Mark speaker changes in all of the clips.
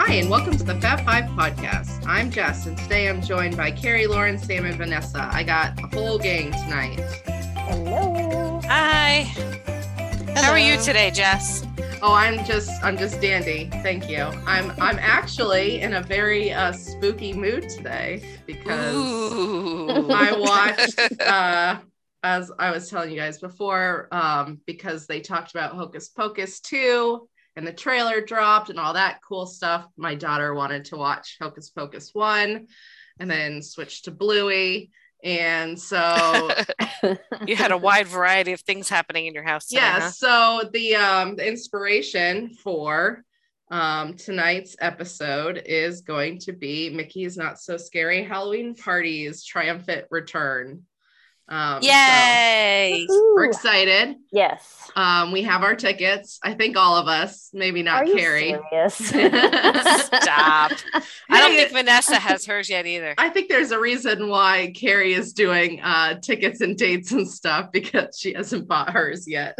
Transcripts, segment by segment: Speaker 1: Hi, and welcome to the Fat Five Podcast. I'm Jess, and today I'm joined by Carrie, Lauren, Sam, and Vanessa. I got a whole gang tonight.
Speaker 2: Hello.
Speaker 3: Hi. How are you today, Jess?
Speaker 1: Oh, I'm just, I'm just dandy. Thank you. I'm, I'm actually in a very uh, spooky mood today because
Speaker 3: Ooh.
Speaker 1: I watched, uh, as I was telling you guys before, um, because they talked about Hocus Pocus 2 and the trailer dropped and all that cool stuff. My daughter wanted to watch Hocus Pocus 1 and then switched to Bluey. And so,
Speaker 3: you had a wide variety of things happening in your house today.
Speaker 1: yeah, so the, um, the inspiration for um, tonight's episode is going to be Mickey's Not So Scary Halloween Party's triumphant return. Um,
Speaker 3: huh?
Speaker 1: so-
Speaker 3: Yay.
Speaker 1: We're
Speaker 2: Woohoo.
Speaker 1: excited.
Speaker 2: Yes.
Speaker 1: Um, we have our tickets. I think all of us, maybe not
Speaker 2: Are you
Speaker 1: Carrie.
Speaker 2: serious?
Speaker 3: Stop. I don't think Vanessa has hers yet either.
Speaker 1: I think there's a reason why Carrie is doing uh, tickets and dates and stuff because she hasn't bought hers yet.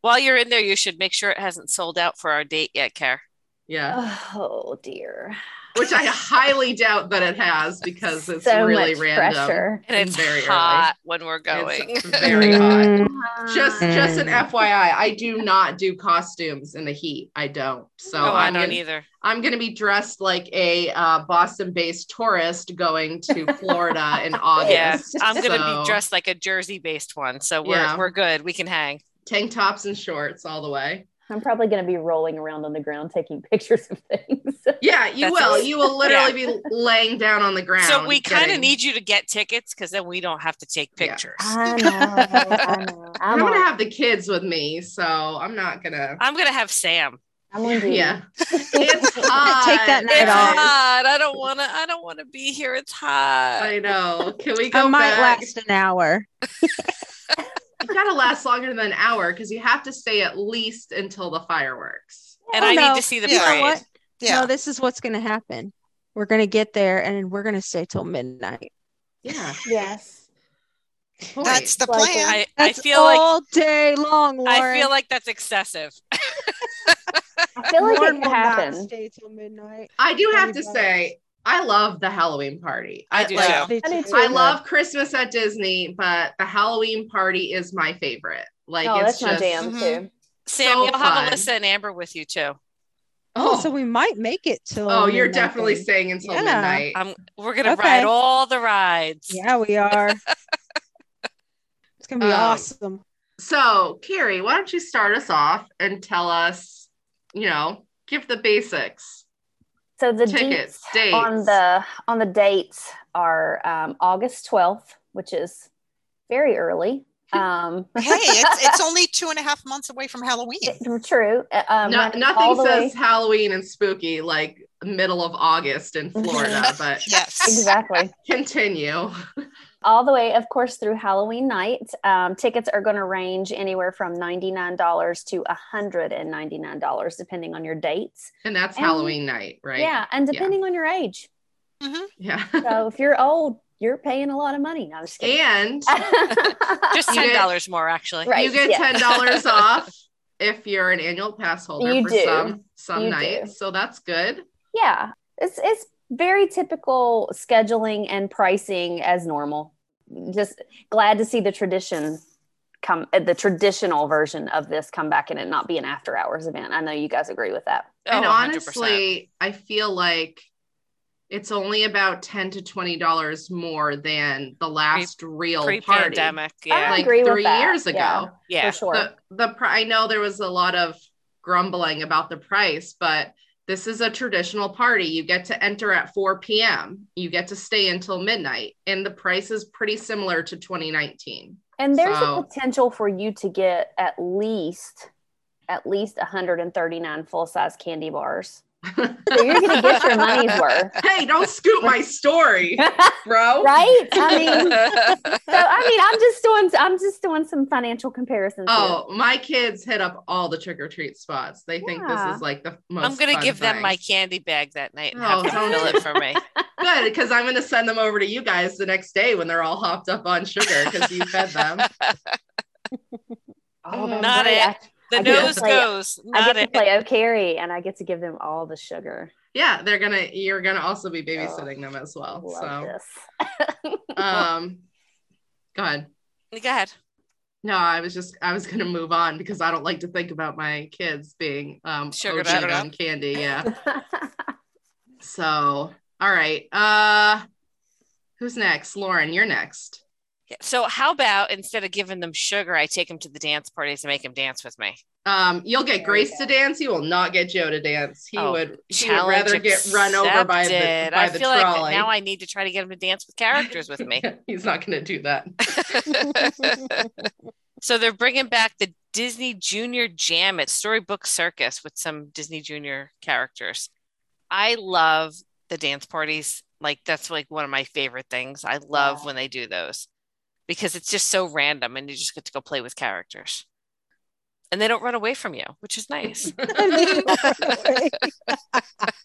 Speaker 3: While you're in there, you should make sure it hasn't sold out for our date yet, Care.
Speaker 1: Yeah,
Speaker 2: oh dear.
Speaker 1: which I highly doubt that it has because it's
Speaker 2: so
Speaker 1: really
Speaker 2: much
Speaker 1: random.
Speaker 2: pressure.
Speaker 3: And it's
Speaker 1: Very early.
Speaker 3: hot when we're going.
Speaker 1: It's uh, very hot.
Speaker 2: Mm,
Speaker 1: Oh Just, just an FYI, I do not do costumes in the heat. I don't. So
Speaker 3: oh, I
Speaker 1: I'm
Speaker 3: don't
Speaker 1: gonna-
Speaker 3: either.
Speaker 1: I'm going to be dressed like a uh, Boston based tourist going to Florida in August.
Speaker 3: Yeah, I'm going to
Speaker 1: So,
Speaker 3: be dressed like a Jersey based one. So we're,
Speaker 1: Yeah.
Speaker 3: we're good. We can hang.
Speaker 1: Tank tops and shorts all the way.
Speaker 2: I'm probably going to be rolling around on the ground taking pictures of things.
Speaker 1: Yeah, you
Speaker 3: That's
Speaker 1: will.
Speaker 3: awesome.
Speaker 1: You will literally be laying down on the ground.
Speaker 3: So we kind of
Speaker 1: getting-
Speaker 3: need you to get tickets because then we don't have to take
Speaker 1: Yeah.
Speaker 3: pictures.
Speaker 2: I know. I know.
Speaker 1: I'm
Speaker 2: I'm,
Speaker 1: going
Speaker 2: on,
Speaker 1: to have the kids with me, so I'm not going to.
Speaker 3: I'm going to have Sam.
Speaker 2: I'm on duty.
Speaker 1: Yeah. It's hot.
Speaker 4: Take that night
Speaker 3: It's
Speaker 4: off.
Speaker 1: guys.
Speaker 3: hot. I don't want to. I don't want to be here. It's hot.
Speaker 1: I know. Can we go
Speaker 4: I might
Speaker 1: back?
Speaker 4: last an hour.
Speaker 1: You gotta last longer than an hour because you have to stay at least until the fireworks.
Speaker 3: And
Speaker 4: Oh,
Speaker 3: I
Speaker 4: no.
Speaker 3: need to see the
Speaker 4: You know
Speaker 3: parade.
Speaker 4: what? No, this is what's going to happen. We're going to get there and we're going to stay till midnight.
Speaker 1: Yeah,
Speaker 2: Yes.
Speaker 1: Point.
Speaker 5: That's the
Speaker 2: Like
Speaker 5: plan.
Speaker 3: I, I
Speaker 4: That's
Speaker 3: feel like
Speaker 4: all day long, Lauren.
Speaker 3: I feel like that's excessive.
Speaker 2: I feel like
Speaker 4: Lauren
Speaker 2: it
Speaker 4: will
Speaker 2: could
Speaker 4: not
Speaker 2: happen.
Speaker 4: Stay till midnight.
Speaker 1: I do
Speaker 4: Tell
Speaker 1: have
Speaker 4: me
Speaker 1: to
Speaker 4: about it.
Speaker 1: say, I love the Halloween party. I,
Speaker 3: do
Speaker 1: like,
Speaker 3: too.
Speaker 4: Me
Speaker 2: I do
Speaker 4: too.
Speaker 2: too.
Speaker 1: I love Christmas at Disney, but the Halloween party is my favorite. Like,
Speaker 2: oh,
Speaker 1: it's
Speaker 2: that's my
Speaker 1: just,
Speaker 2: jam
Speaker 5: Mhm.
Speaker 2: too.
Speaker 3: Sam,
Speaker 1: So
Speaker 3: you'll have
Speaker 1: fun.
Speaker 3: Alyssa and Amber with you too.
Speaker 4: Oh,
Speaker 1: Oh,
Speaker 4: so we might make it till.
Speaker 1: oh, you're
Speaker 4: midnight
Speaker 1: definitely
Speaker 4: then.
Speaker 1: staying until
Speaker 4: Yeah.
Speaker 1: midnight.
Speaker 3: I'm, we're gonna
Speaker 4: Okay.
Speaker 3: ride all the rides.
Speaker 4: Yeah, we are. it's going to be
Speaker 1: Um,
Speaker 4: awesome.
Speaker 1: so, Carrie, why don't you start us off and tell us, you know, give the basics.
Speaker 2: So the
Speaker 1: Tickets,
Speaker 2: dates on
Speaker 1: dates.
Speaker 2: the on the dates are um, August 12th, which is very early. Um,
Speaker 5: hey, it's, it's only two and a half months away from Halloween.
Speaker 2: True. Uh, Um,
Speaker 1: No,
Speaker 2: running all
Speaker 1: nothing
Speaker 2: the
Speaker 1: says
Speaker 2: way-
Speaker 1: Halloween and spooky like middle of August in Florida, but
Speaker 5: Yes.
Speaker 2: exactly
Speaker 1: continue.
Speaker 2: all the way, of course, through Halloween night. Um, tickets are going to range anywhere from ninety nine dollars to hundred and ninety nine dollars, depending on your dates.
Speaker 1: And that's
Speaker 2: And-
Speaker 1: Halloween night, right?
Speaker 2: Yeah, and depending on your age.
Speaker 1: Yeah.
Speaker 2: So if you're old, you're paying a lot of money. No, I'm just kidding.
Speaker 1: and
Speaker 3: Just
Speaker 1: You
Speaker 3: ten
Speaker 1: get-
Speaker 3: dollars more actually.
Speaker 2: Right.
Speaker 1: you get
Speaker 2: yeah.
Speaker 1: ten dollars off if you're an annual pass holder
Speaker 2: You
Speaker 1: for
Speaker 2: do.
Speaker 1: some some
Speaker 2: You
Speaker 1: nights.
Speaker 2: do.
Speaker 1: So that's good.
Speaker 2: yeah, it's it's very typical scheduling and pricing as normal. Just glad to see the tradition come, uh, the traditional version of this come back and it not be an after hours event. I know you guys agree with that.
Speaker 3: Oh,
Speaker 1: and
Speaker 3: 100%.
Speaker 1: honestly, I feel like it's only about ten to twenty dollars more than the last real party.
Speaker 3: pre-pandemic, yeah,
Speaker 2: I
Speaker 1: Like
Speaker 2: agree with
Speaker 1: three
Speaker 2: that.
Speaker 1: years ago.
Speaker 2: Yeah.
Speaker 3: yeah. Uh,
Speaker 2: For sure.
Speaker 1: The, the pri- I know there was a lot of grumbling about the price, but this is a traditional party. You get to enter at 4 p.m. You get to stay until midnight, and the price is pretty similar to 2019.
Speaker 2: And there's
Speaker 1: So-
Speaker 2: a potential for you to get at least at least 139 full-size candy bars. So you're going to get your money's worth.
Speaker 1: hey, don't scoop my story, bro.
Speaker 2: right? I mean, so I mean, I'm just doing I'm just doing some financial comparisons. here.
Speaker 1: Oh, my kids hit up all the trick or treat spots. They think this
Speaker 2: Yeah.
Speaker 1: is like the most.
Speaker 3: I'm gonna
Speaker 1: fun
Speaker 3: give them
Speaker 1: thing.
Speaker 3: my candy bag that night and
Speaker 1: Oh,
Speaker 3: have them
Speaker 1: don't
Speaker 3: fill
Speaker 1: do-
Speaker 3: it for me.
Speaker 1: good because I'm gonna send them over to you guys the next day when they're all hopped up on sugar because you fed them.
Speaker 2: Oh, that's
Speaker 3: Not
Speaker 2: right.
Speaker 3: it.
Speaker 2: I-
Speaker 3: The
Speaker 2: I get to
Speaker 3: nose
Speaker 2: play-
Speaker 3: goes.
Speaker 2: I,
Speaker 3: Not
Speaker 2: get to
Speaker 3: it.
Speaker 2: play O Carrie, and I get to give them all the sugar.
Speaker 1: Yeah, they're gonna. You're gonna also be babysitting them as well.
Speaker 2: Love
Speaker 1: So,
Speaker 2: this.
Speaker 1: um, go ahead.
Speaker 3: Go ahead.
Speaker 1: No, I was just I was gonna move on because I don't like to think about my kids being um
Speaker 3: Sugared
Speaker 1: OG'd
Speaker 3: up.
Speaker 1: on candy. Yeah. So all right. Uh who's next? Lauren, you're next.
Speaker 3: Yeah, So how about instead of giving them sugar, I take them to the dance parties and make them dance with me?
Speaker 1: Um, you'll
Speaker 2: There
Speaker 1: get
Speaker 2: we
Speaker 1: Grace
Speaker 2: go.
Speaker 1: to dance. You will not get Joe to dance. He
Speaker 3: Oh,
Speaker 1: would he would
Speaker 3: Challenge
Speaker 1: rather get run over by the
Speaker 3: accepted.
Speaker 1: by
Speaker 3: I
Speaker 1: the
Speaker 3: feel
Speaker 1: trolley.
Speaker 3: like now I need to try to get them to dance with characters with me.
Speaker 1: He's not gonna do that.
Speaker 3: so they're bringing back the Disney Junior Jam at Storybook Circus with some Disney Junior characters. I love the dance parties. Like that's like one of my favorite things. I love
Speaker 2: Wow.
Speaker 3: when they do those because it's just so random and you just get to go play with characters. And they don't run away from you, which is nice.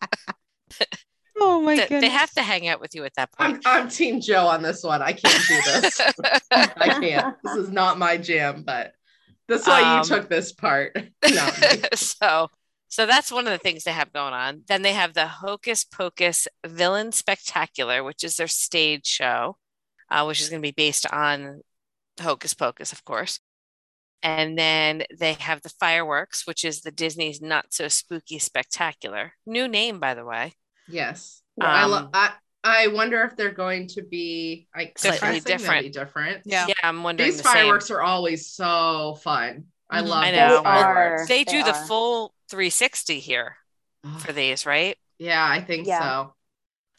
Speaker 4: oh my
Speaker 3: They-
Speaker 4: goodness.
Speaker 3: they have to hang out with you at that
Speaker 1: I'm
Speaker 3: point.
Speaker 1: I'm team Joe on this one. I can't do this. I can't. This is not my jam, but that's why
Speaker 3: Um,
Speaker 1: you took this part. Not me.
Speaker 3: so so that's one of the things they have going on. Then they have the Hocus Pocus Villain Spectacular, which is their stage show, uh, which is going to be based on Hocus Pocus, of course. And then they have the fireworks, which is the Disney's Not So Spooky Spectacular. New name, by the way.
Speaker 1: Yes.
Speaker 3: Um,
Speaker 1: I love I I wonder if they're going to be I
Speaker 3: Slightly
Speaker 1: I think they'll be different.
Speaker 5: Yeah.
Speaker 3: Yeah, I'm wondering.
Speaker 1: These
Speaker 3: the Mm,
Speaker 1: fireworks are always so fun. I
Speaker 5: Mhm.
Speaker 1: love
Speaker 3: I
Speaker 1: these
Speaker 3: know. They
Speaker 1: fireworks.
Speaker 3: Same. They,
Speaker 2: They
Speaker 3: do the
Speaker 2: are.
Speaker 3: full 360 here for these, right?
Speaker 1: Yeah, I think
Speaker 2: Yeah.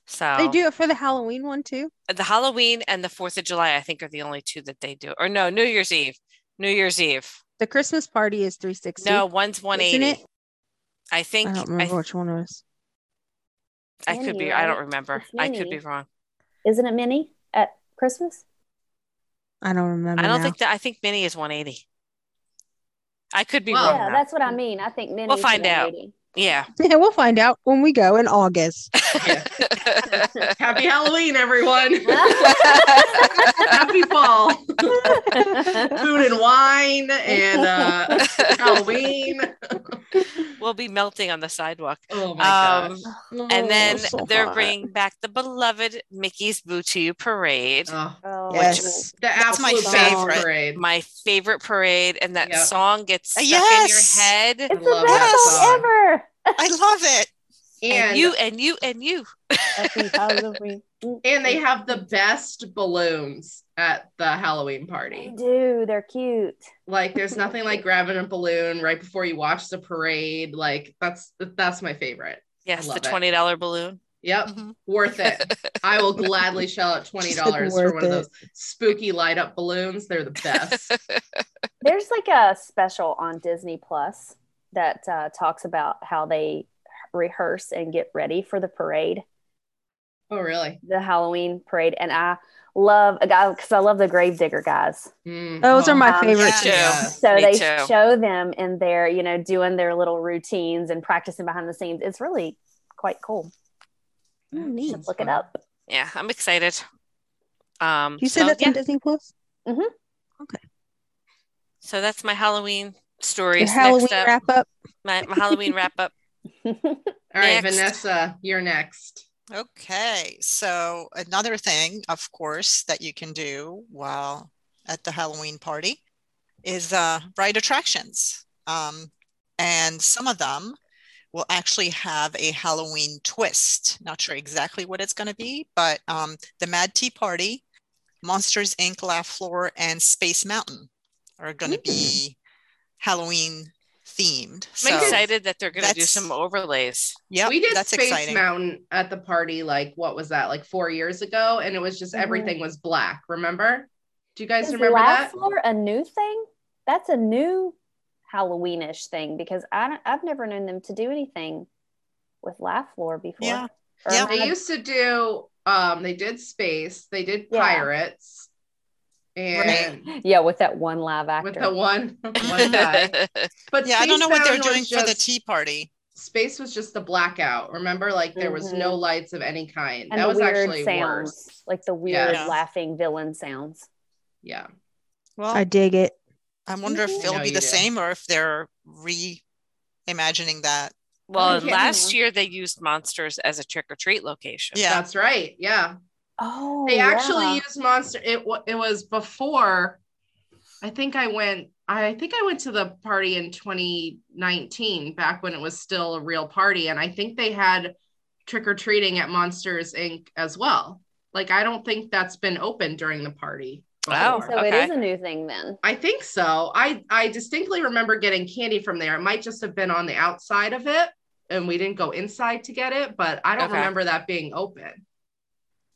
Speaker 1: so.
Speaker 3: So
Speaker 4: They do it for the Halloween one too.
Speaker 3: the Halloween and the Fourth of July, I think, are the only two that they do. Or no, New Year's Eve. New Year's Eve.
Speaker 4: The Christmas party is 360.
Speaker 3: No, one's one eighty.
Speaker 4: it?
Speaker 3: I think
Speaker 4: I
Speaker 3: I,
Speaker 4: don't remember which one it was.
Speaker 3: I could
Speaker 2: Minnie,
Speaker 3: be. I don't
Speaker 2: right?
Speaker 3: remember.
Speaker 2: It's
Speaker 3: I could
Speaker 2: Minnie.
Speaker 3: be wrong.
Speaker 2: Isn't it Minnie at Christmas?
Speaker 4: I don't remember.
Speaker 3: I don't
Speaker 4: now.
Speaker 3: think that. I think Minnie is one eighty. I could be
Speaker 1: Well-
Speaker 3: wrong.
Speaker 2: yeah,
Speaker 3: though.
Speaker 2: that's what I mean. I think Minnie.
Speaker 3: Oh, find out. yeah.
Speaker 4: Yeah, we'll find out when we go in August.
Speaker 1: Happy Halloween, everyone. Happy fall. Food and wine and uh, Halloween.
Speaker 3: we'll be melting on the sidewalk.
Speaker 1: Oh my
Speaker 3: Um,
Speaker 1: gosh.
Speaker 3: And then
Speaker 4: Oh, so
Speaker 3: they're
Speaker 4: hot.
Speaker 3: bringing back the beloved Mickey's Boo to You parade.
Speaker 1: Oh,
Speaker 2: oh,
Speaker 4: Yes.
Speaker 1: the
Speaker 5: That's my
Speaker 1: absolute best
Speaker 5: favorite.
Speaker 1: parade.
Speaker 3: my favorite parade, and that
Speaker 1: Yep.
Speaker 3: song gets stuck
Speaker 5: Yes.
Speaker 3: in your head.
Speaker 2: It's the
Speaker 1: love
Speaker 5: that
Speaker 2: best
Speaker 5: song.
Speaker 2: song ever.
Speaker 5: I love it.
Speaker 1: and
Speaker 3: you and you and you.
Speaker 2: Happy Halloween.
Speaker 1: and they have the best balloons at the Halloween
Speaker 2: They
Speaker 1: party.
Speaker 2: do. They're cute.
Speaker 1: Like there's nothing like grabbing a balloon right before you watch the parade. Like that's that's my favorite.
Speaker 3: Yes,
Speaker 1: love
Speaker 3: the
Speaker 1: it.
Speaker 3: twenty dollar balloon.
Speaker 1: Yep,
Speaker 5: Mhm.
Speaker 1: worth it. I will gladly shell out twenty dollars for
Speaker 4: Worth
Speaker 1: one of
Speaker 4: it.
Speaker 1: those spooky light up balloons. They're the best.
Speaker 2: There's like a special on Disney Plus that uh, talks about how they rehearse and get ready for the parade,
Speaker 1: oh really?
Speaker 2: the Halloween parade. And I love a guy because I love the Gravedigger guys.
Speaker 1: Mm,
Speaker 4: Those
Speaker 1: oh,
Speaker 4: are my
Speaker 2: Um,
Speaker 4: favorite
Speaker 5: yes.
Speaker 4: too.
Speaker 1: Yeah.
Speaker 2: So
Speaker 3: Me
Speaker 2: they
Speaker 3: too.
Speaker 2: show them in their, you know, doing their little routines and practicing behind the scenes. It's really quite cool. Oh,
Speaker 1: that
Speaker 4: neat.
Speaker 1: sounds
Speaker 2: Look
Speaker 1: fun.
Speaker 2: it up.
Speaker 3: Yeah, I'm excited. Um,
Speaker 4: You said
Speaker 3: so,
Speaker 4: that's
Speaker 3: yeah,
Speaker 4: on Disney Plus.
Speaker 3: so that's my Halloween
Speaker 4: Your
Speaker 3: stories.
Speaker 4: Halloween
Speaker 3: Next up,
Speaker 4: wrap up.
Speaker 3: my, my Halloween wrap up.
Speaker 1: All right,
Speaker 3: Next.
Speaker 1: Vanessa, you're next.
Speaker 5: Okay, so another thing, of course, that you can do while at the Halloween party is uh, ride attractions. Um, and some of them will actually have a Halloween twist. Not sure exactly what it's going to be, but um, the Mad Tea Party, Monsters Inc. Laugh Floor, and Space Mountain are going to
Speaker 4: Mm.
Speaker 5: be Halloween themed.
Speaker 3: I'm
Speaker 5: So,
Speaker 3: excited that they're going to do
Speaker 5: that's-
Speaker 3: some overlays.
Speaker 5: yep,
Speaker 1: we did
Speaker 5: that's
Speaker 1: Space
Speaker 5: exciting.
Speaker 1: Mountain at the party, like what was that, like four years ago? And it was just
Speaker 5: Mm-hmm.
Speaker 2: Mhm.
Speaker 1: everything was black. Remember? Do you guys
Speaker 2: Is
Speaker 1: remember
Speaker 2: Laugh
Speaker 1: that?
Speaker 2: Floor a new thing? That's a new Halloweenish thing because I don't, I've never known them to do anything with Laugh Floor before.
Speaker 5: Yeah.
Speaker 2: Or
Speaker 5: Yeah.
Speaker 2: am
Speaker 1: They
Speaker 2: I-
Speaker 1: used to do um they did space, they did
Speaker 2: Yeah.
Speaker 1: pirates. And
Speaker 2: yeah, with that one live actor.
Speaker 1: with the one one guy. But
Speaker 5: Yeah, I
Speaker 1: Space
Speaker 5: don't know what they're
Speaker 1: Mountain
Speaker 5: doing
Speaker 1: was
Speaker 5: for the
Speaker 1: just-
Speaker 5: tea party.
Speaker 1: Space was just the blackout. Remember, like there was no lights of any kind.
Speaker 2: Mm-hmm. and
Speaker 1: that
Speaker 2: the
Speaker 1: was
Speaker 2: weird
Speaker 1: actually
Speaker 2: sounds,
Speaker 1: worse.
Speaker 2: like the weird
Speaker 5: Yeah.
Speaker 2: laughing villain sounds.
Speaker 1: Yeah.
Speaker 5: Well,
Speaker 4: I dig it.
Speaker 5: I wonder if
Speaker 1: Mhm.
Speaker 5: it'll
Speaker 1: No,
Speaker 5: be
Speaker 1: you
Speaker 5: the
Speaker 1: do.
Speaker 5: same or if they're reimagining that.
Speaker 3: Well,
Speaker 1: Okay.
Speaker 3: last year they used monsters as a trick or treat location.
Speaker 5: Yeah.
Speaker 1: That's right. Yeah.
Speaker 2: Oh,
Speaker 1: They actually
Speaker 2: yeah.
Speaker 1: used monster. It wa- it was before. I think I went. I think I went to the party in 2019, back when it was still a real party, and I think they had trick or treating at Monsters Inc. as well. Like I don't think that's been open during the party.
Speaker 3: Wow.
Speaker 1: before.
Speaker 2: so it
Speaker 3: Okay.
Speaker 2: is a new thing then.
Speaker 1: I think so. I I distinctly remember getting candy from there. It might just have been on the outside of it, and we didn't go inside to get it. But I don't
Speaker 3: Okay.
Speaker 1: remember that being open.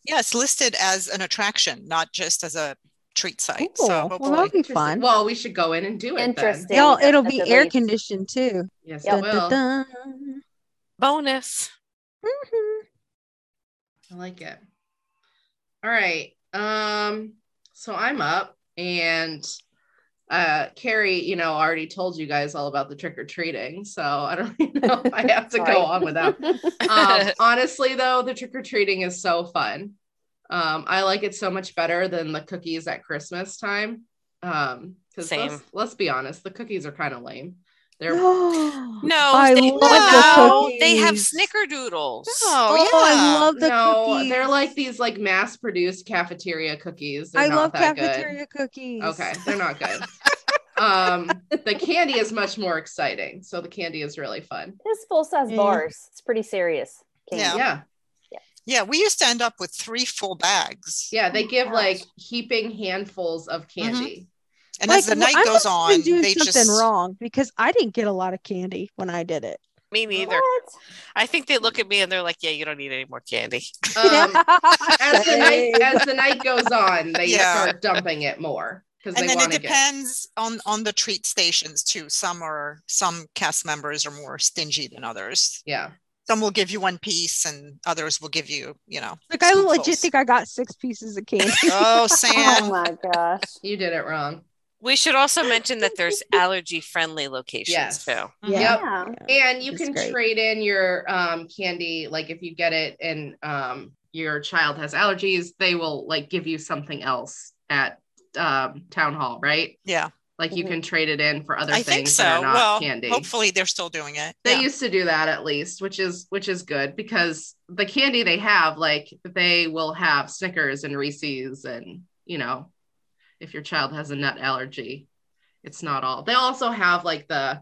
Speaker 5: Yeah, it's listed as an attraction, not just as a treat site.
Speaker 4: Cool.
Speaker 5: So
Speaker 4: Well, that'll
Speaker 5: hopefully,
Speaker 4: be fun.
Speaker 1: Well, we should go in and do it. then.
Speaker 2: Interesting.
Speaker 4: Y'all, it'll
Speaker 2: That's
Speaker 4: be
Speaker 2: at
Speaker 4: air
Speaker 2: least-
Speaker 4: conditioned too.
Speaker 1: Yes,
Speaker 2: Yep.
Speaker 1: it will.
Speaker 4: Dun, dun,
Speaker 3: Bonus.
Speaker 4: dun. Mhm.
Speaker 1: I like it. All right. Um, so I'm up and uh Carrie, you know, already told you guys all about the trick or treating. So I don't even know if I have to
Speaker 2: Sorry.
Speaker 1: go on with that. Um, honestly, though, the trick or treating is so fun. Um, I like it so much better than the cookies at Christmas time. Um, because
Speaker 3: Same.
Speaker 1: let's, let's be honest, the cookies are kind of lame. They're
Speaker 3: No,
Speaker 4: Mm-hmm. I
Speaker 3: they,
Speaker 4: love
Speaker 3: no,
Speaker 4: the
Speaker 3: they have
Speaker 4: cookies.
Speaker 3: snickerdoodles.
Speaker 5: Oh,
Speaker 4: Oh, I
Speaker 5: yeah.
Speaker 4: love the
Speaker 1: no,
Speaker 4: cookies.
Speaker 1: they're like these like mass-produced cafeteria cookies. They're
Speaker 4: I
Speaker 1: not
Speaker 4: love
Speaker 1: that good.
Speaker 4: cafeteria cookies.
Speaker 1: Okay, they're not good. um, the candy is much more exciting, so the candy is really fun.
Speaker 2: It's full size
Speaker 4: Yeah.
Speaker 2: bars. It's pretty serious.
Speaker 5: Yeah.
Speaker 1: Yeah,
Speaker 2: candy.
Speaker 1: yeah,
Speaker 5: yeah, we used to end up with three full bags.
Speaker 1: they
Speaker 2: Oh,
Speaker 1: give
Speaker 2: gosh.
Speaker 1: like heaping handfuls of candy.
Speaker 5: And as the
Speaker 4: well,
Speaker 5: night
Speaker 4: I
Speaker 5: goes
Speaker 4: must have been
Speaker 5: on,
Speaker 4: doing
Speaker 5: they
Speaker 4: something
Speaker 5: just
Speaker 4: wrong because I didn't get a lot of candy when I did it.
Speaker 3: Me neither.
Speaker 2: What?
Speaker 3: I think they look at me and they're like, "Yeah, you don't need any more candy."
Speaker 4: Mm-hmm.
Speaker 1: Um, as the night
Speaker 4: Same.
Speaker 1: as the night goes on, they
Speaker 5: Yeah.
Speaker 1: start dumping it more because
Speaker 5: and
Speaker 1: they
Speaker 5: then
Speaker 1: want
Speaker 5: it
Speaker 1: to get.
Speaker 5: depends on on the treat stations too. Some are some cast members are more stingy than others.
Speaker 1: Yeah,
Speaker 5: Some will give you one piece and others will give you, you know.
Speaker 4: Like I legit
Speaker 5: spoonfuls.
Speaker 4: think I got six pieces of candy.
Speaker 5: Oh,
Speaker 2: Oh
Speaker 5: Sam.
Speaker 2: my gosh.
Speaker 1: you did it wrong.
Speaker 3: We should also mention that there's allergy-friendly locations
Speaker 1: Yes.
Speaker 3: too.
Speaker 1: Yep.
Speaker 2: Yeah.
Speaker 1: And you
Speaker 4: It's
Speaker 1: can
Speaker 4: great.
Speaker 1: trade in your um, candy, like if you get it and um, your child has allergies, they will like give you something else at um, town hall, right?
Speaker 5: Yeah.
Speaker 1: Like you
Speaker 4: Mm-hmm.
Speaker 2: Mhm.
Speaker 1: can trade it in for other
Speaker 5: I
Speaker 1: things
Speaker 5: think
Speaker 1: that
Speaker 5: so.
Speaker 1: are not
Speaker 5: Well,
Speaker 1: candy.
Speaker 5: hopefully they're still doing it.
Speaker 1: They
Speaker 5: Yeah.
Speaker 1: used to do that at least, which is which is good because the candy they have, like they will have Snickers and Reese's, and you know, if your child has a nut allergy, it's not all. They also have like the,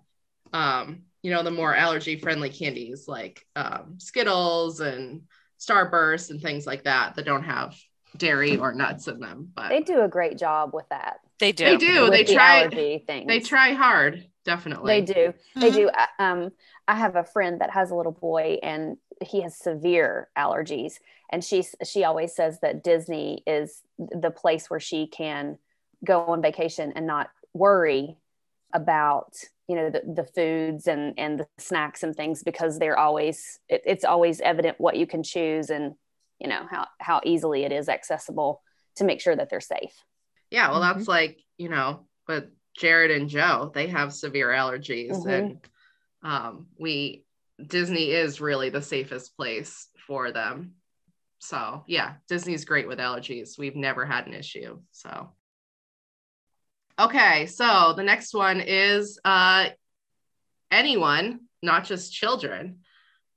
Speaker 1: um, you know, the more allergy friendly candies like um, Skittles and Starburst and things like that that don't have dairy or nuts in them. But
Speaker 2: They do a great job with that.
Speaker 3: They do.
Speaker 1: They do.
Speaker 2: with
Speaker 1: They
Speaker 2: the
Speaker 1: try-
Speaker 2: allergy things.
Speaker 1: they try hard, definitely.
Speaker 2: They do.
Speaker 5: Mm-hmm.
Speaker 2: They do. I- Um, I have a friend that has a little boy, and he has severe allergies. And she she always says that Disney is the place where she can go on vacation and not worry about you know the, the foods and and the snacks and things because they're always it, it's always evident what you can choose and you know how how easily it is accessible to make sure that they're safe.
Speaker 1: Yeah, well,
Speaker 4: Mhm.
Speaker 1: that's like, you know, but Jared and Joe, they have severe allergies.
Speaker 2: Mhm.
Speaker 1: And um, we, Disney is really the safest place for them. So, yeah, Disney's great with allergies. We've never had an issue. So, okay. So the next one is uh, anyone, not just children,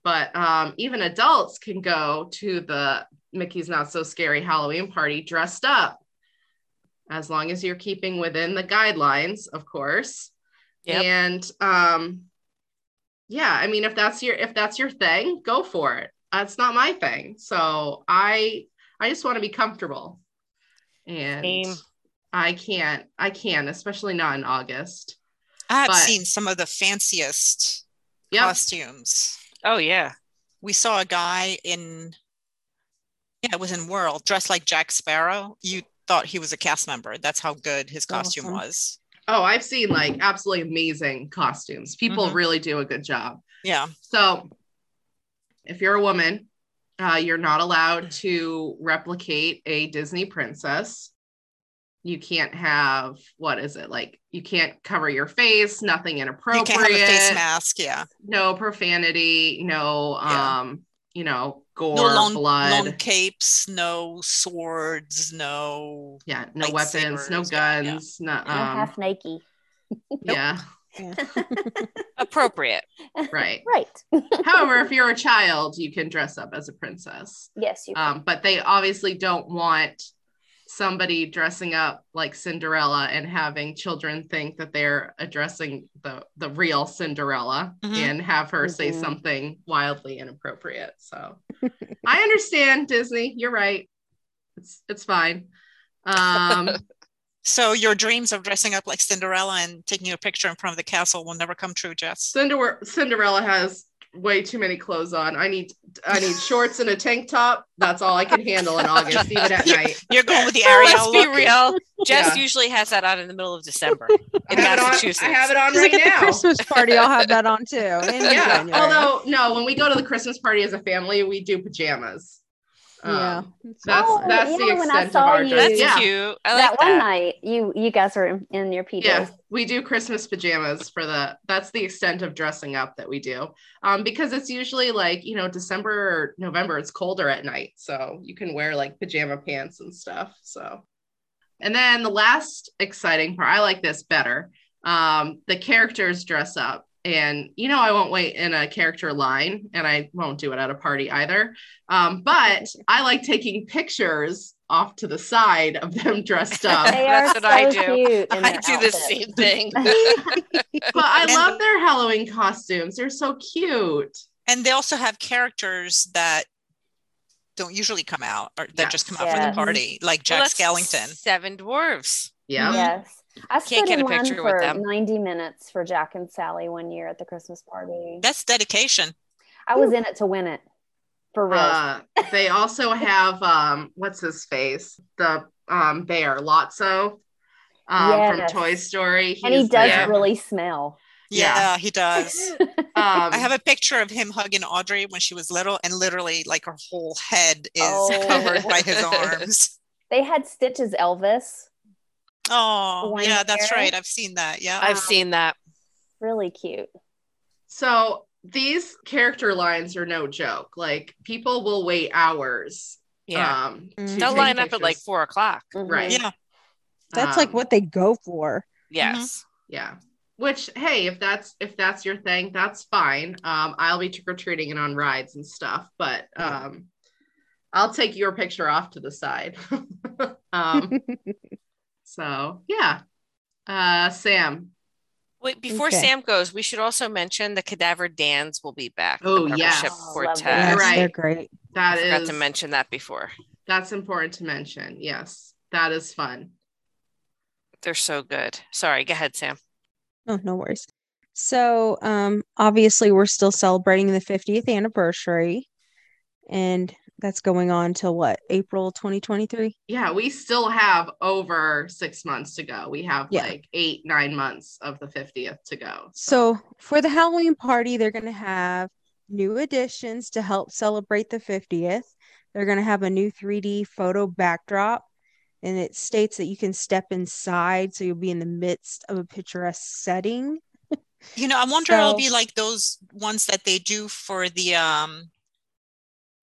Speaker 1: but um, even adults can go to the Mickey's Not So Scary Halloween party dressed up as long as you're keeping within the guidelines, of course.
Speaker 3: Yep.
Speaker 1: And um, yeah, I mean, if that's your if that's your thing, go for it. That's not my thing, so I I just want to be comfortable, and
Speaker 3: Same.
Speaker 1: I can't I can't, especially not in August.
Speaker 5: I have
Speaker 1: But-
Speaker 5: seen some of the fanciest
Speaker 1: Yep.
Speaker 5: costumes.
Speaker 3: Oh yeah.
Speaker 5: We saw a guy in yeah, it was in World dressed like Jack Sparrow. You thought he was a cast member. That's how good his costume
Speaker 4: Awesome.
Speaker 5: was.
Speaker 1: Oh, I've seen like absolutely amazing costumes. People
Speaker 3: Mm-hmm.
Speaker 5: Mhm.
Speaker 1: really do a good job.
Speaker 5: Yeah.
Speaker 1: So, if you're a woman, uh, you're not allowed to replicate a Disney princess. You can't have what is it like? You can't cover your face. Nothing
Speaker 5: You
Speaker 1: inappropriate.
Speaker 5: can't have a face mask. Yeah.
Speaker 1: No profanity. No,
Speaker 5: Yeah.
Speaker 1: um, you know, gore,
Speaker 5: No long,
Speaker 1: blood.
Speaker 5: long capes, no swords, no.
Speaker 1: yeah, no weapons,
Speaker 5: lightsabers,
Speaker 1: no
Speaker 5: yeah, yeah.
Speaker 1: guns. No,
Speaker 2: No
Speaker 1: um,
Speaker 2: half naked.
Speaker 1: Yeah,
Speaker 3: Appropriate.
Speaker 1: right.
Speaker 2: Right.
Speaker 1: However, if you're a child, you can dress up as a princess.
Speaker 2: Yes, you
Speaker 1: Um, but they obviously don't want somebody dressing up like Cinderella and having children think that they're addressing the the real Cinderella
Speaker 5: Mhm.
Speaker 1: and have her say
Speaker 2: Mhm.
Speaker 1: something wildly inappropriate. So I understand Disney. You're right. It's it's fine. Um,
Speaker 5: So your dreams of dressing up like Cinderella and taking a picture in front of the castle will never come true, Jess.
Speaker 1: Cinder- Cinderella has way too many clothes on. I need I need shorts and a tank top. That's all I can handle in August, even at night.
Speaker 5: You're going with the
Speaker 3: Let's
Speaker 5: Ariel
Speaker 3: be
Speaker 5: look.
Speaker 3: real. Jess
Speaker 1: Yeah.
Speaker 3: usually has that on in the middle of December
Speaker 1: I
Speaker 3: in
Speaker 1: have, it on,
Speaker 3: Massachusetts.
Speaker 1: I have it on
Speaker 4: It's like
Speaker 1: right
Speaker 4: at the
Speaker 1: now.
Speaker 4: Christmas party, I'll have that on too. in
Speaker 1: yeah.
Speaker 4: January.
Speaker 1: Although no, when we go to the Christmas party as a family, we do pajamas. Um,
Speaker 4: yeah,
Speaker 1: That's
Speaker 2: Oh,
Speaker 1: that's the
Speaker 2: yeah,
Speaker 1: extent
Speaker 2: when I
Speaker 1: of
Speaker 2: saw
Speaker 1: our
Speaker 2: you.
Speaker 1: dress.
Speaker 3: That's
Speaker 1: Yeah.
Speaker 3: cute. I
Speaker 2: that
Speaker 3: like
Speaker 2: one
Speaker 3: that.
Speaker 2: night you you guys were in, in your PJs.
Speaker 1: Yeah, we do Christmas pajamas for the that's the extent of dressing up that we do. Um, because it's usually like, you know, December or November, it's colder at night. So you can wear like pajama pants and stuff. So and then the last exciting part, I like this better. Um, the characters dress up. And you know, I won't wait in a character line and I won't do it at a party either. Um, but I like taking pictures off to the side of them dressed up
Speaker 2: They
Speaker 3: Uh, That's
Speaker 2: are
Speaker 3: what
Speaker 2: so
Speaker 3: I do.
Speaker 2: cute. in
Speaker 3: I
Speaker 2: their
Speaker 3: do the
Speaker 2: outfits.
Speaker 3: same thing.
Speaker 1: but I
Speaker 5: And-
Speaker 1: love their Halloween costumes. They're so cute.
Speaker 5: And they also have characters that don't usually come out or that just come out for
Speaker 2: Yes.
Speaker 5: the party, like
Speaker 3: Well,
Speaker 5: Jack
Speaker 3: that's
Speaker 5: Skellington.
Speaker 3: Seven dwarves.
Speaker 1: Yeah.
Speaker 2: Yes. I stood
Speaker 3: get
Speaker 2: in
Speaker 3: a
Speaker 2: line
Speaker 3: picture with
Speaker 2: for
Speaker 3: them.
Speaker 2: 90 minutes for Jack and Sally one year at the Christmas party.
Speaker 5: That's dedication.
Speaker 2: I was in it to win it. For real.
Speaker 1: Uh, they also have um, what's his face? The um, bear Lotso um,
Speaker 2: Yes.
Speaker 1: from Toy Story.
Speaker 2: and he
Speaker 1: He's
Speaker 2: does
Speaker 1: there.
Speaker 2: really smell.
Speaker 1: Yeah.
Speaker 5: Yeah, he does.
Speaker 1: Um,
Speaker 5: I have a picture of him hugging Audrey when she was little, and literally, like, her whole head is
Speaker 2: Oh.
Speaker 5: covered by his arms.
Speaker 2: They had Stitch's Elvis.
Speaker 5: Oh,
Speaker 2: One
Speaker 5: yeah, that's
Speaker 2: hair.
Speaker 5: right. I've seen that. Yeah.
Speaker 3: I've seen that.
Speaker 2: Really cute.
Speaker 1: so these character lines are no joke. Like people will wait hours.
Speaker 3: Yeah.
Speaker 1: Um,
Speaker 4: Mm.
Speaker 1: to
Speaker 3: They'll
Speaker 1: take
Speaker 3: line up at like
Speaker 1: pictures.
Speaker 3: four o'clock.
Speaker 2: Mhm.
Speaker 1: Right.
Speaker 5: Yeah.
Speaker 4: that's
Speaker 1: Um,
Speaker 4: like what they go for.
Speaker 3: Mm-hmm. Yes.
Speaker 1: Yeah. Which hey, if that's if that's your thing, that's fine. Um, I'll be trick or treating and on rides and stuff, but um, I'll take your picture off to the side. um, so yeah. Uh, Sam.
Speaker 3: Wait, before
Speaker 4: Okay.
Speaker 3: Sam goes, we should also mention the Cadaver Dans will be back. the
Speaker 1: Oh,
Speaker 3: barbershop
Speaker 1: yes.
Speaker 2: Oh, love
Speaker 3: quartet.
Speaker 2: that.
Speaker 4: Yes,
Speaker 1: right.
Speaker 4: they're great.
Speaker 1: That
Speaker 3: I
Speaker 1: is
Speaker 3: forgot to mention that before.
Speaker 1: that's important to mention. Yes, that is fun.
Speaker 3: They're so good. Sorry, go ahead, Sam.
Speaker 4: No, Oh, no worries. So, um, obviously, we're still celebrating the 50th anniversary, and that's going on till what, April 2023?
Speaker 1: Yeah, we still have over six months to go. We have
Speaker 4: Yeah.
Speaker 1: like eight, nine months of the 50th to go.
Speaker 4: So, for the Halloween party, they're going to have new additions to help celebrate the 50th. They're going to have a new 3D photo backdrop, and it states that you can step inside, so you'll be in the midst of a picturesque setting.
Speaker 5: You know, I wonder it'll
Speaker 4: So-
Speaker 5: be like those ones that they do for the um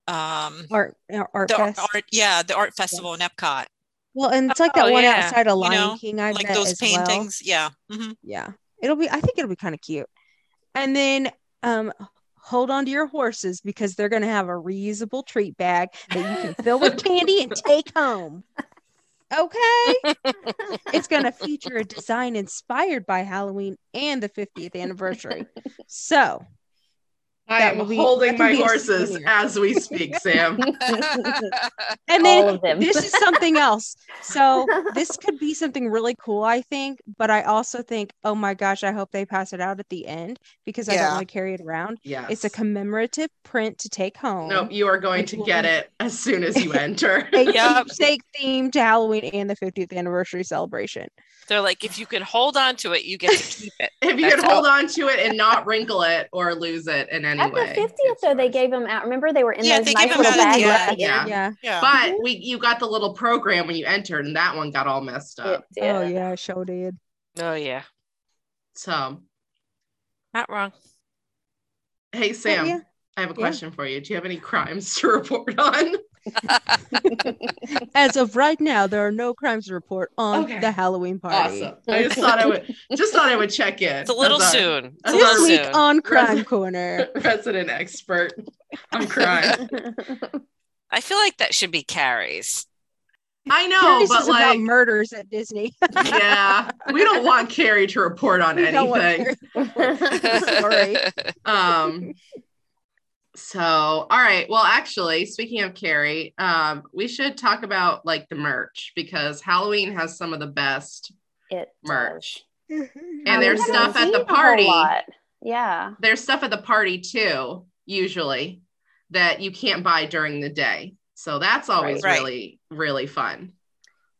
Speaker 5: um
Speaker 4: Art, uh, art
Speaker 5: the
Speaker 4: fest.
Speaker 5: art yeah, the art festival in Epcot.
Speaker 4: Well, and it's like that
Speaker 3: Oh,
Speaker 4: one
Speaker 3: yeah.
Speaker 4: outside of Lion
Speaker 5: know,
Speaker 4: King. I
Speaker 5: Like
Speaker 4: bet
Speaker 5: those
Speaker 4: as well.
Speaker 5: paintings. Yeah. Mhm.
Speaker 4: yeah it'll be i think it'll be kind of cute and then um hold on to your horses because they're going to have a reusable treat bag that you can fill with candy and take home okay it's going to feature a design inspired by halloween and the 50th anniversary so
Speaker 1: I
Speaker 4: That
Speaker 1: am
Speaker 4: will be-
Speaker 1: holding
Speaker 4: that will
Speaker 1: my
Speaker 4: be a
Speaker 1: horses
Speaker 4: souvenir.
Speaker 1: as we speak, Sam.
Speaker 4: and
Speaker 2: All
Speaker 4: then
Speaker 2: of them.
Speaker 4: this is something else so this could be something really cool i think but i also think oh my gosh i hope they pass it out at the end because i don't
Speaker 5: Yeah.
Speaker 4: want to carry it around
Speaker 1: Yes.
Speaker 4: It's a commemorative print to take home.
Speaker 1: No, you are going
Speaker 4: Which
Speaker 1: to
Speaker 4: will
Speaker 1: get
Speaker 4: be-
Speaker 1: it as soon as you enter.
Speaker 4: A
Speaker 3: Yep.
Speaker 4: keepsake theme to Halloween and the 50th anniversary celebration.
Speaker 3: They're like, if you can hold on to it, you get to keep it.
Speaker 1: if you
Speaker 3: That's
Speaker 1: can hold on to it and not wrinkle it or lose it in any
Speaker 2: At the
Speaker 1: way.
Speaker 2: 50th,
Speaker 1: it's
Speaker 2: though, they
Speaker 1: yours.
Speaker 2: gave them out. Remember, they were in
Speaker 5: Yeah,
Speaker 2: those
Speaker 5: they
Speaker 2: nice
Speaker 5: gave 'em
Speaker 2: little
Speaker 5: out at
Speaker 2: bags.
Speaker 5: the
Speaker 2: at
Speaker 5: end.
Speaker 2: the end.
Speaker 4: Yeah.
Speaker 5: Yeah.
Speaker 1: But we, you got the little program when you entered, and that one got all messed up.
Speaker 2: It did.
Speaker 4: Oh yeah, I sure did.
Speaker 3: Oh yeah.
Speaker 1: So,
Speaker 3: Not wrong.
Speaker 1: hey Sam,
Speaker 4: yeah.
Speaker 1: I have a
Speaker 4: Yeah.
Speaker 1: question for you. Do you have any crimes to report on?
Speaker 4: As of right now, there are no crimes to report on
Speaker 1: Okay.
Speaker 4: the Halloween party.
Speaker 1: Awesome. I just thought I would just thought I would check in.
Speaker 3: It's a little
Speaker 1: as
Speaker 3: soon. It's
Speaker 1: This
Speaker 3: a
Speaker 4: This
Speaker 3: little
Speaker 4: week
Speaker 3: soon.
Speaker 4: on Crime
Speaker 1: Right.
Speaker 4: Corner.
Speaker 1: Resident expert on crime.
Speaker 3: I feel like that should be Carrie's.
Speaker 1: I know,
Speaker 4: Curious
Speaker 1: but
Speaker 4: is about
Speaker 1: like,
Speaker 4: murders at Disney.
Speaker 1: yeah, we don't want Carrie to report on
Speaker 4: We don't want
Speaker 1: anything.
Speaker 4: Sorry.
Speaker 1: um so all right well actually speaking of carrie um we should talk about like the merch because halloween has some of the best
Speaker 2: it does.
Speaker 1: merch
Speaker 4: Carrie.
Speaker 1: And
Speaker 2: we
Speaker 1: there's
Speaker 2: haven't
Speaker 1: stuff at the
Speaker 2: seen a whole
Speaker 1: party.
Speaker 2: lot. Yeah.
Speaker 1: there's stuff at the party too usually that you can't buy during the day so that's always
Speaker 5: Right.
Speaker 1: really really fun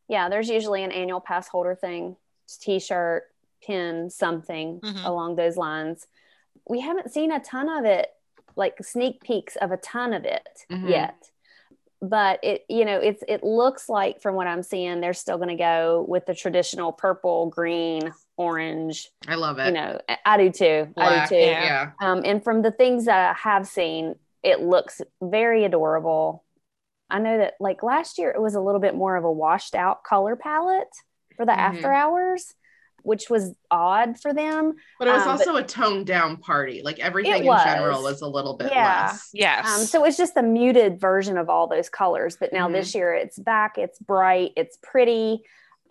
Speaker 2: Yeah. There's usually an annual pass holder thing, t shirt, pin, something
Speaker 1: Mm-hmm.
Speaker 5: Mhm.
Speaker 2: along those lines. We haven't seen a ton of it, like sneak peeks of a ton of it
Speaker 1: Mhm.
Speaker 2: yet. But it, you know, it's it looks like from what I'm seeing, they're still gonna go with the traditional purple, green, orange.
Speaker 1: i love it
Speaker 2: You know, I- I do too. I
Speaker 1: Black,
Speaker 2: do too.
Speaker 1: yeah.
Speaker 2: Um, and from the things that I have seen, it looks very adorable. I know that like last year it was a little bit more of a washed out color palette for the
Speaker 1: Mhm.
Speaker 2: after hours, which was odd for them.
Speaker 1: but it was
Speaker 2: Um, but-
Speaker 1: also a toned down party like everything in
Speaker 2: was.
Speaker 1: general was a little bit
Speaker 2: Yeah.
Speaker 1: less
Speaker 3: Yes.
Speaker 2: Um, so it's just a muted version of all those colors. But now
Speaker 5: Mm-hmm.
Speaker 1: Mhm.
Speaker 2: this year it's back, it's bright, it's pretty.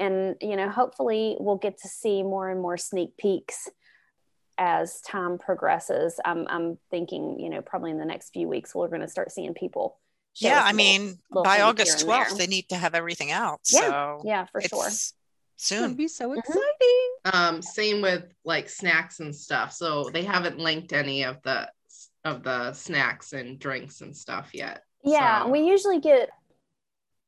Speaker 2: And, you know, hopefully we'll get to see more and more sneak peeks as time progresses. I'm, I'm thinking, you know, probably in the next few weeks, we're going to start seeing people. show
Speaker 5: yeah,
Speaker 2: us
Speaker 5: I
Speaker 2: little-
Speaker 5: mean,
Speaker 2: little
Speaker 5: by
Speaker 2: things
Speaker 5: August
Speaker 2: here and there.
Speaker 5: 12th, they need to have everything out.
Speaker 2: Yeah,
Speaker 5: So
Speaker 2: yeah, for
Speaker 5: it's
Speaker 2: sure.
Speaker 4: It's gonna
Speaker 5: soon.
Speaker 4: be so exciting.
Speaker 1: um same with like snacks and stuff so they haven't linked any of the of the snacks and drinks and stuff yet
Speaker 2: Yeah,
Speaker 1: So-
Speaker 2: we usually get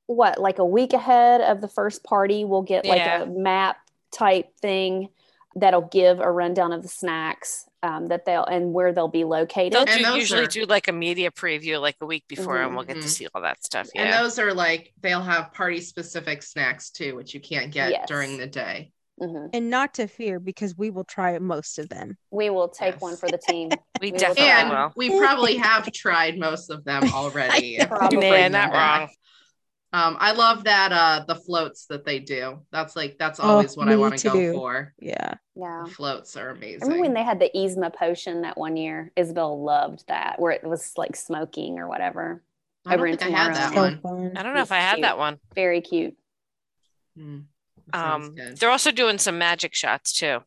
Speaker 2: what like a week ahead of the first party. We'll get like
Speaker 3: Yeah.
Speaker 2: a map type thing that'll give a rundown of the snacks um, that they'll and where they'll be located.
Speaker 3: They'll
Speaker 1: And
Speaker 3: do,
Speaker 1: those
Speaker 3: usually
Speaker 1: are-
Speaker 3: do like a media preview like a week before, and we'll get to
Speaker 1: Mhm.
Speaker 3: see all that stuff. Yeah.
Speaker 1: and those are like they'll have party specific snacks too which you can't get
Speaker 2: Yes.
Speaker 1: during the day
Speaker 2: Mhm.
Speaker 4: And not to fear, because we will try most of them.
Speaker 2: We will take
Speaker 1: Yes.
Speaker 2: one for the team.
Speaker 3: we
Speaker 2: we will
Speaker 3: definitely
Speaker 2: try.
Speaker 1: and
Speaker 3: will.
Speaker 1: we probably have tried most of them already if we
Speaker 2: Probably
Speaker 1: bring
Speaker 3: Yeah,
Speaker 1: them
Speaker 3: not
Speaker 1: back.
Speaker 3: wrong.
Speaker 1: um i love that uh the floats that they do that's like that's
Speaker 4: Oh,
Speaker 1: always what i
Speaker 4: me
Speaker 1: want to go
Speaker 4: too.
Speaker 1: for
Speaker 4: Yeah.
Speaker 2: Yeah.
Speaker 1: the floats are
Speaker 2: I
Speaker 1: amazing
Speaker 2: remember when they had the Yzma potion that one year. Isabel loved that, where it was like smoking or whatever.
Speaker 1: i don't
Speaker 2: over in
Speaker 1: think i had
Speaker 2: Tamara.
Speaker 1: that
Speaker 4: so
Speaker 1: one
Speaker 4: fun.
Speaker 3: I don't know if I had that one.
Speaker 2: Very cute.
Speaker 1: Mm, that sounds
Speaker 3: Um,
Speaker 1: good.
Speaker 3: they're also doing some magic shots too.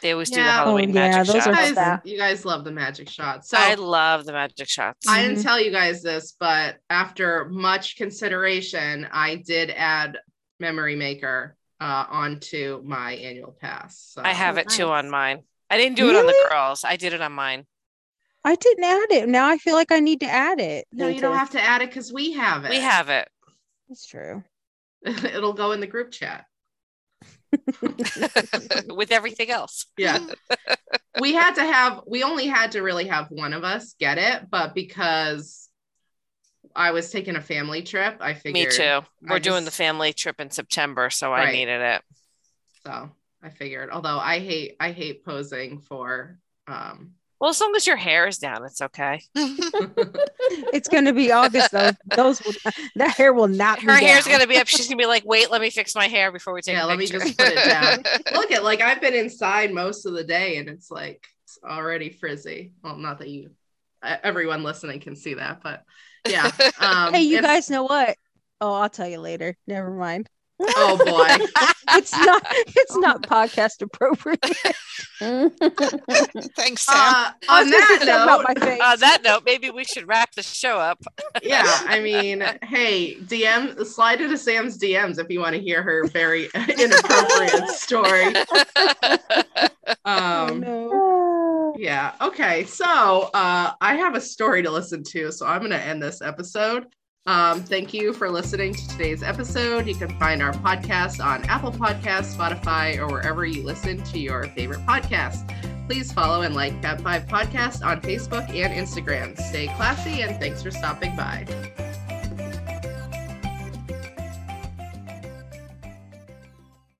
Speaker 3: They always do the
Speaker 1: Yeah. Oh,
Speaker 3: Halloween
Speaker 4: yeah,
Speaker 3: magic
Speaker 4: those are
Speaker 3: shots.
Speaker 1: you
Speaker 4: Love
Speaker 1: guys,
Speaker 4: that.
Speaker 1: you guys love the magic shot. So
Speaker 3: I
Speaker 1: I,
Speaker 3: love the magic shots.
Speaker 4: Mm-hmm.
Speaker 1: didn't tell you guys this, but after much consideration, I did add Memory Maker uh, onto my annual pass. So.
Speaker 3: I have
Speaker 2: Oh,
Speaker 3: it too
Speaker 2: nice.
Speaker 3: on mine. I didn't do it on the
Speaker 4: Really?
Speaker 3: girls. I did it on mine.
Speaker 4: I didn't add it. Now I feel like I need to add it.
Speaker 1: No, you don't have to add it because we have it.
Speaker 3: We have it.
Speaker 4: That's true.
Speaker 1: It'll go in the group chat.
Speaker 3: with everything else.
Speaker 1: Yeah. we had to have, we only had to really have one of us get it, but because I was taking a family trip, I
Speaker 3: Me
Speaker 1: figured.
Speaker 3: too. We're doing
Speaker 1: just-
Speaker 3: the family trip in September, so I
Speaker 1: Right.
Speaker 3: needed it.
Speaker 1: So I figured, although I hate, I hate posing for, um,
Speaker 3: Well, as long as your hair is down, it's okay.
Speaker 4: It's gonna be August though. Those will that hair will not be
Speaker 3: Her hair's
Speaker 4: down.
Speaker 3: gonna be up. She's gonna be like, "Wait, let me fix my hair before we take."
Speaker 1: Yeah,
Speaker 3: a
Speaker 1: let me
Speaker 3: picture."
Speaker 1: just put it down. look at like I've been inside most of the day and it's like it's already frizzy. Well, not that you e- everyone listening can see that, but yeah. Um
Speaker 4: Hey, you
Speaker 1: it's-
Speaker 4: guys know what? Oh, I'll tell you later. Never mind.
Speaker 1: Oh boy.
Speaker 4: It's not it's not podcast appropriate.
Speaker 5: Thanks, Sam.
Speaker 1: Uh,
Speaker 4: I
Speaker 1: on
Speaker 4: was gonna
Speaker 1: that
Speaker 4: say something about
Speaker 1: note,
Speaker 4: my face.
Speaker 3: On that note, maybe we should wrap the show up.
Speaker 1: yeah, I mean, hey, DM slide into Sam's DMs if you want to hear her very inappropriate story.
Speaker 4: Oh,
Speaker 1: Um
Speaker 4: no.
Speaker 2: Mm.
Speaker 1: Yeah. Okay. So uh, I have a story to listen to. So I'm going to end this episode. Um, thank you for listening to today's episode. You can find our podcast on Apple Podcasts, Spotify, or wherever you listen to your favorite podcast. Please follow and like Pep 5 Podcast on Facebook and Instagram. Stay classy and thanks for stopping by.